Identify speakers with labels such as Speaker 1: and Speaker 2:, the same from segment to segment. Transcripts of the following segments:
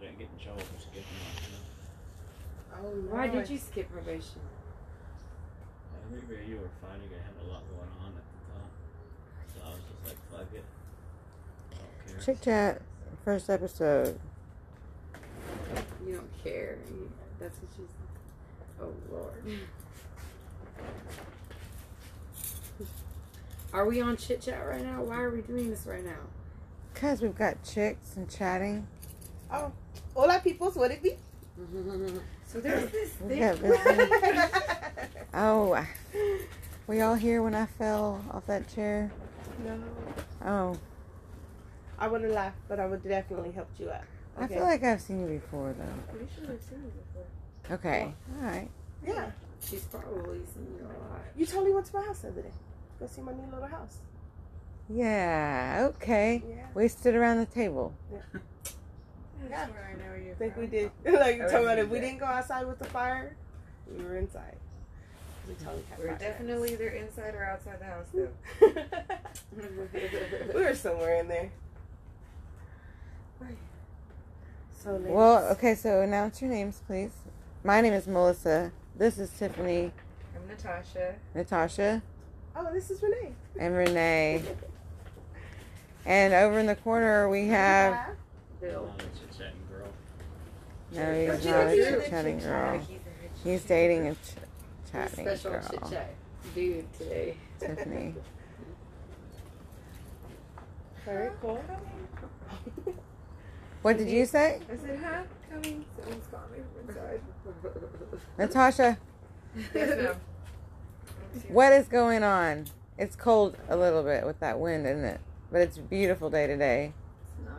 Speaker 1: getting in trouble for skipping one.
Speaker 2: Oh, no.
Speaker 3: Why did you skip probation?
Speaker 1: I figured you were finally gonna have a lot going on at the time. So I was just like, fuck it. I don't care.
Speaker 4: Chick Chat, first episode.
Speaker 3: You don't care. You, that's what she's. Oh lord. Are we on chit chat right now? Why are we doing this right now?
Speaker 4: Because we've got chicks and chatting.
Speaker 2: Hola, peoples. What it be?
Speaker 3: so there's this
Speaker 4: We
Speaker 3: thing.
Speaker 4: got visiting.
Speaker 2: no.
Speaker 4: Oh, I- were y'all here when I fell off that chair? Oh,
Speaker 2: I would have laughed, but I would definitely helped you out.
Speaker 4: I feel like I've seen you before, though.
Speaker 3: Pretty sure I've seen you before.
Speaker 4: Okay, all right.
Speaker 2: Yeah.
Speaker 3: She's probably seen you a lot.
Speaker 2: You totally went to my house the other day. Go see my new little house.
Speaker 4: Yeah, okay.
Speaker 2: Yeah.
Speaker 4: We stood around the table.
Speaker 2: Yeah.
Speaker 3: That's where I know you.
Speaker 2: I think we
Speaker 3: from.
Speaker 2: did. like, you talking
Speaker 3: I
Speaker 2: about
Speaker 3: remember
Speaker 2: if we
Speaker 3: that.
Speaker 2: didn't go outside with the fire, we were inside. We totally got
Speaker 3: We We're
Speaker 2: fire.
Speaker 3: definitely either inside or outside the house, though.
Speaker 2: we were somewhere in there. So ladies,
Speaker 4: Well, okay, so announce your names, please. My name is Melissa. This is Tiffany,
Speaker 3: I'm Natasha.
Speaker 4: Natasha,
Speaker 2: Oh, this is Renee.
Speaker 4: and Renee. And over in the corner, we have.
Speaker 1: I'm
Speaker 3: Bill.
Speaker 1: not a chit-chatting girl.
Speaker 4: No, he's
Speaker 3: Don't you
Speaker 4: not
Speaker 3: think
Speaker 4: a
Speaker 3: he's a
Speaker 4: chit chatting
Speaker 2: chit-chat?
Speaker 4: girl.
Speaker 3: He's a rich-
Speaker 4: He's dating a ch-
Speaker 3: he's a
Speaker 4: chatting
Speaker 3: special chit
Speaker 4: girl,
Speaker 3: chat dude today.
Speaker 4: Tiffany.
Speaker 2: Very cool.
Speaker 4: What did you say,
Speaker 3: I said, huh? Coming. Someone's calling me from inside.
Speaker 4: Natasha?
Speaker 3: yes, ma'am.
Speaker 4: What is going on? It's cold a little bit with that wind, isn't it? But it's a beautiful day today.
Speaker 3: It's nice.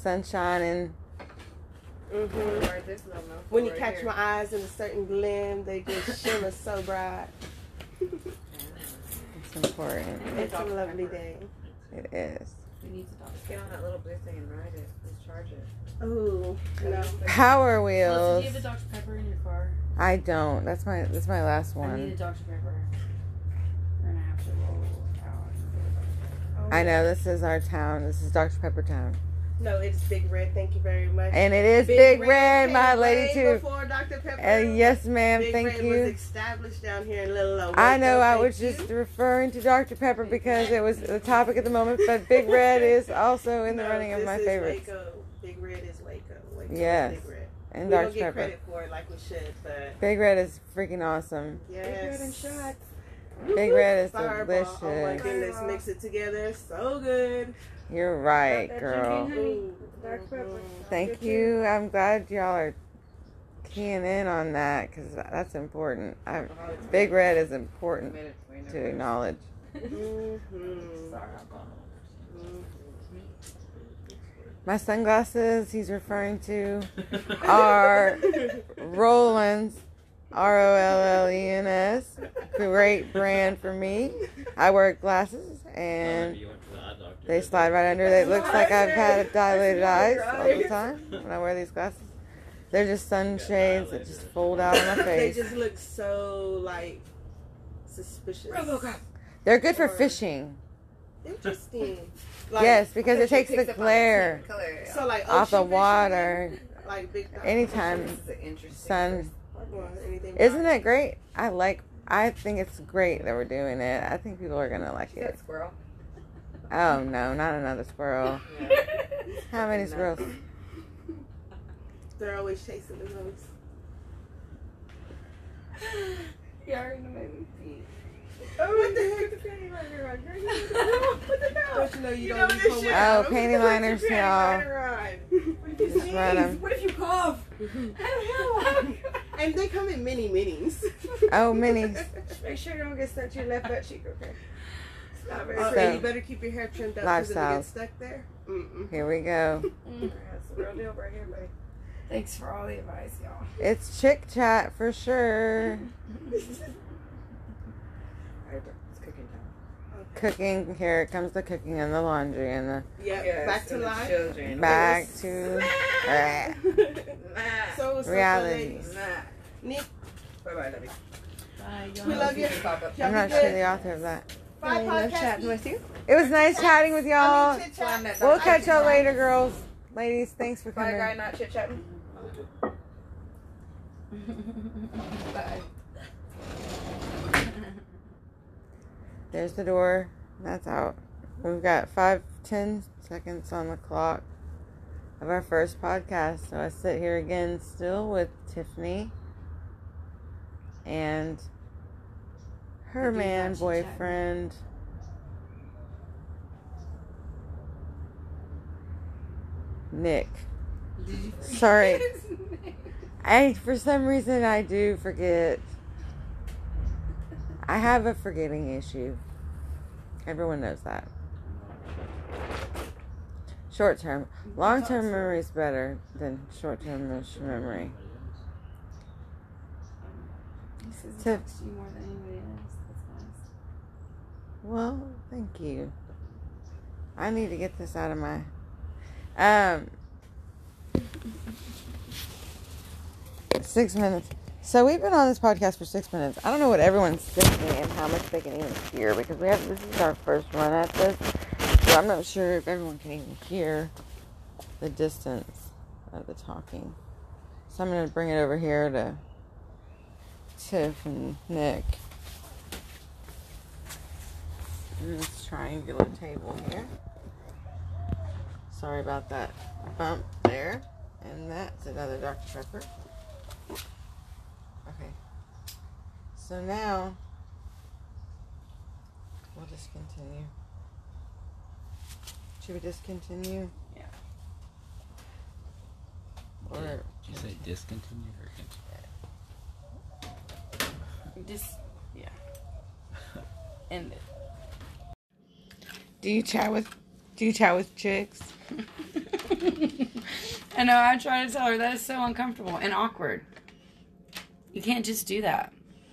Speaker 4: Sun shining.
Speaker 2: hmm
Speaker 3: Or this little mouthful
Speaker 2: When you
Speaker 3: right
Speaker 2: catch
Speaker 3: here.
Speaker 2: my eyes in a certain glim, they just shimmer so bright.
Speaker 4: It's important.
Speaker 2: It's a lovely day.
Speaker 4: It is.
Speaker 3: You need to just get on that little blue thing and ride it. Just charge it.
Speaker 2: Ooh, no.
Speaker 4: Power
Speaker 5: Melissa,
Speaker 4: wheels.
Speaker 5: do you have a Dr. Pepper in your car?
Speaker 4: I don't. That's my. That's my last
Speaker 5: I need a
Speaker 4: one.
Speaker 5: Dr. Pepper. We're gonna have to roll out.
Speaker 4: I know this is our town. This is Dr Pepper town,
Speaker 2: No, it's Big Red. Thank you very much.
Speaker 4: and it is Big, Red,
Speaker 2: came
Speaker 4: my
Speaker 2: way
Speaker 4: lady too.
Speaker 2: Before Dr. Pepper.
Speaker 4: Uh, yes, ma'am.
Speaker 2: Big
Speaker 4: thank
Speaker 2: Red
Speaker 4: you.
Speaker 2: was established down here in Little Old
Speaker 4: I know
Speaker 2: Waco.
Speaker 4: I
Speaker 2: Thank
Speaker 4: was
Speaker 2: you.
Speaker 4: just referring to Dr. Pepper because it was the topic at the moment, but Big Red is also in the
Speaker 2: No,
Speaker 4: running of
Speaker 2: this
Speaker 4: my
Speaker 2: is
Speaker 4: favorites.
Speaker 2: Waco. Big Red is Waco. Waco is
Speaker 4: Yes.
Speaker 2: Big Red.
Speaker 4: And
Speaker 2: we don't
Speaker 4: Dr.
Speaker 2: get
Speaker 4: Pepper.
Speaker 2: credit for it like we should, but
Speaker 4: Big Red is freaking awesome.
Speaker 2: yes.
Speaker 3: and shot.
Speaker 4: Big Red is
Speaker 2: Fireball. Oh my
Speaker 4: delicious.
Speaker 2: goodness, mix it together. So good.
Speaker 4: You're right,
Speaker 3: that
Speaker 4: girl.
Speaker 3: drinking honey.
Speaker 2: Ooh.
Speaker 3: Dark
Speaker 2: Mhm.
Speaker 3: pepper.
Speaker 4: Thank you. I'm glad y'all are keying in on that because that's important. I,
Speaker 2: Oh, it's
Speaker 4: Big Red is important
Speaker 3: Made it way
Speaker 4: to acknowledge.
Speaker 2: Mhm.
Speaker 1: Sorry, I've gone
Speaker 4: My sunglasses, he's referring to
Speaker 1: over.
Speaker 4: are Rollins, R O L L E N S. great brand for me. I wear glasses and
Speaker 1: You went to the eye doctor,
Speaker 4: they
Speaker 1: didn't
Speaker 4: slide
Speaker 1: you?
Speaker 4: right under. It looks like I've had dilated eyes all the time when I wear these glasses. They're just sunshades that just fold out on my
Speaker 2: they
Speaker 4: face.
Speaker 2: just look so like suspicious.
Speaker 4: They're good for fishing.
Speaker 2: Interesting. Like,
Speaker 4: Yes, because it takes the
Speaker 3: picks up on the
Speaker 4: glare
Speaker 3: same color.
Speaker 2: So like
Speaker 4: off the
Speaker 2: ocean
Speaker 4: water
Speaker 2: fishing, Like big.
Speaker 4: anytime
Speaker 3: This is an interesting.
Speaker 4: sun.
Speaker 2: Well, anything
Speaker 4: Isn't it great? I like. I think it's great that we're doing it. I think people are gonna like
Speaker 3: Is that
Speaker 4: it.
Speaker 3: squirrel?
Speaker 4: Oh no, not another squirrel. How many squirrels?
Speaker 2: They're always chasing the ghosts.
Speaker 5: You are gonna make me pee.
Speaker 2: Oh, what the heck?
Speaker 5: What the
Speaker 2: Don't you know you,
Speaker 5: You
Speaker 2: don't
Speaker 5: know
Speaker 2: leave
Speaker 5: this
Speaker 2: home
Speaker 5: shit.
Speaker 2: without
Speaker 4: Oh,
Speaker 2: them?
Speaker 4: panty liners,
Speaker 2: Panty
Speaker 4: y'all.
Speaker 2: liner on.
Speaker 4: Just run 'em.
Speaker 5: What if you cough? How the hell?
Speaker 2: And they come in mini minis.
Speaker 4: Oh, minis.
Speaker 3: Make sure you don't get stuck to your left butt cheek, okay? It's not very
Speaker 2: Oh,
Speaker 4: So-
Speaker 2: and you better keep your hair trimmed up because if it
Speaker 4: Lifestyles.
Speaker 2: gets stuck there. Mm-mm.
Speaker 4: Here we go.
Speaker 3: pretty. It's a real deal right here, buddy.
Speaker 5: Thanks for all the advice, y'all.
Speaker 4: It's chick chat for sure.
Speaker 3: All right, bro, it's cooking time.
Speaker 4: Cooking. Here it comes the cooking and the laundry and the
Speaker 2: Yeah,
Speaker 3: Yes,
Speaker 2: back to
Speaker 3: and the
Speaker 2: life.
Speaker 3: Children.
Speaker 4: back to Ah.
Speaker 3: Nah.
Speaker 2: so what's up,
Speaker 4: Reality.
Speaker 2: ladies?
Speaker 3: Nah.
Speaker 2: Nick.
Speaker 3: Bye bye, love you.
Speaker 5: Bye, y'all.
Speaker 2: We love you.
Speaker 3: Pop up.
Speaker 2: Y'all
Speaker 4: I'm
Speaker 2: be
Speaker 4: not
Speaker 2: good.
Speaker 4: sure the author of that.
Speaker 2: Bye, podcast.
Speaker 3: with you.
Speaker 4: It was nice chatting with
Speaker 2: I
Speaker 4: y'all.
Speaker 2: mean, chit-chat.
Speaker 4: We'll catch y'all later, girls. Ladies, thanks for
Speaker 2: Fly
Speaker 4: coming.
Speaker 2: guy not chit chatting.
Speaker 3: Bye.
Speaker 4: There's the door. That's out. We've got five, ten seconds on the clock of our first podcast. So I sit here again, still with Tiffany and her
Speaker 3: I do
Speaker 4: man
Speaker 3: not chit-chat.
Speaker 4: boyfriend. Nick.
Speaker 3: Did you forget
Speaker 4: Sorry.
Speaker 3: his name?
Speaker 4: I for some reason I do forget. I have a forgetting issue. Everyone knows that. Short term, long term memory is better than short term memory.
Speaker 3: He says he
Speaker 4: So-
Speaker 3: talks to you more than anybody else. That's nice.
Speaker 4: Well, thank you. I need to get this out of my. Um. Six minutes. So we've been on this podcast for six minutes. I don't know what everyone's thinking and how much they can even hear because we have this is our first run at this, so I'm not sure if everyone can even hear the distance of the talking. So I'm gonna bring it over here to Tiff and Nick. in this triangular table here. Sorry about that bump there. And that's another Dr. Pepper. Okay. So now we'll just continue. Should we just continue?
Speaker 5: Yeah.
Speaker 4: Or
Speaker 1: Did you say discontinue or continue?
Speaker 5: Just yeah. End it.
Speaker 4: do you chat with do you chat with chicks?
Speaker 5: I know. I try to tell her that is so uncomfortable and awkward. You can't just do that.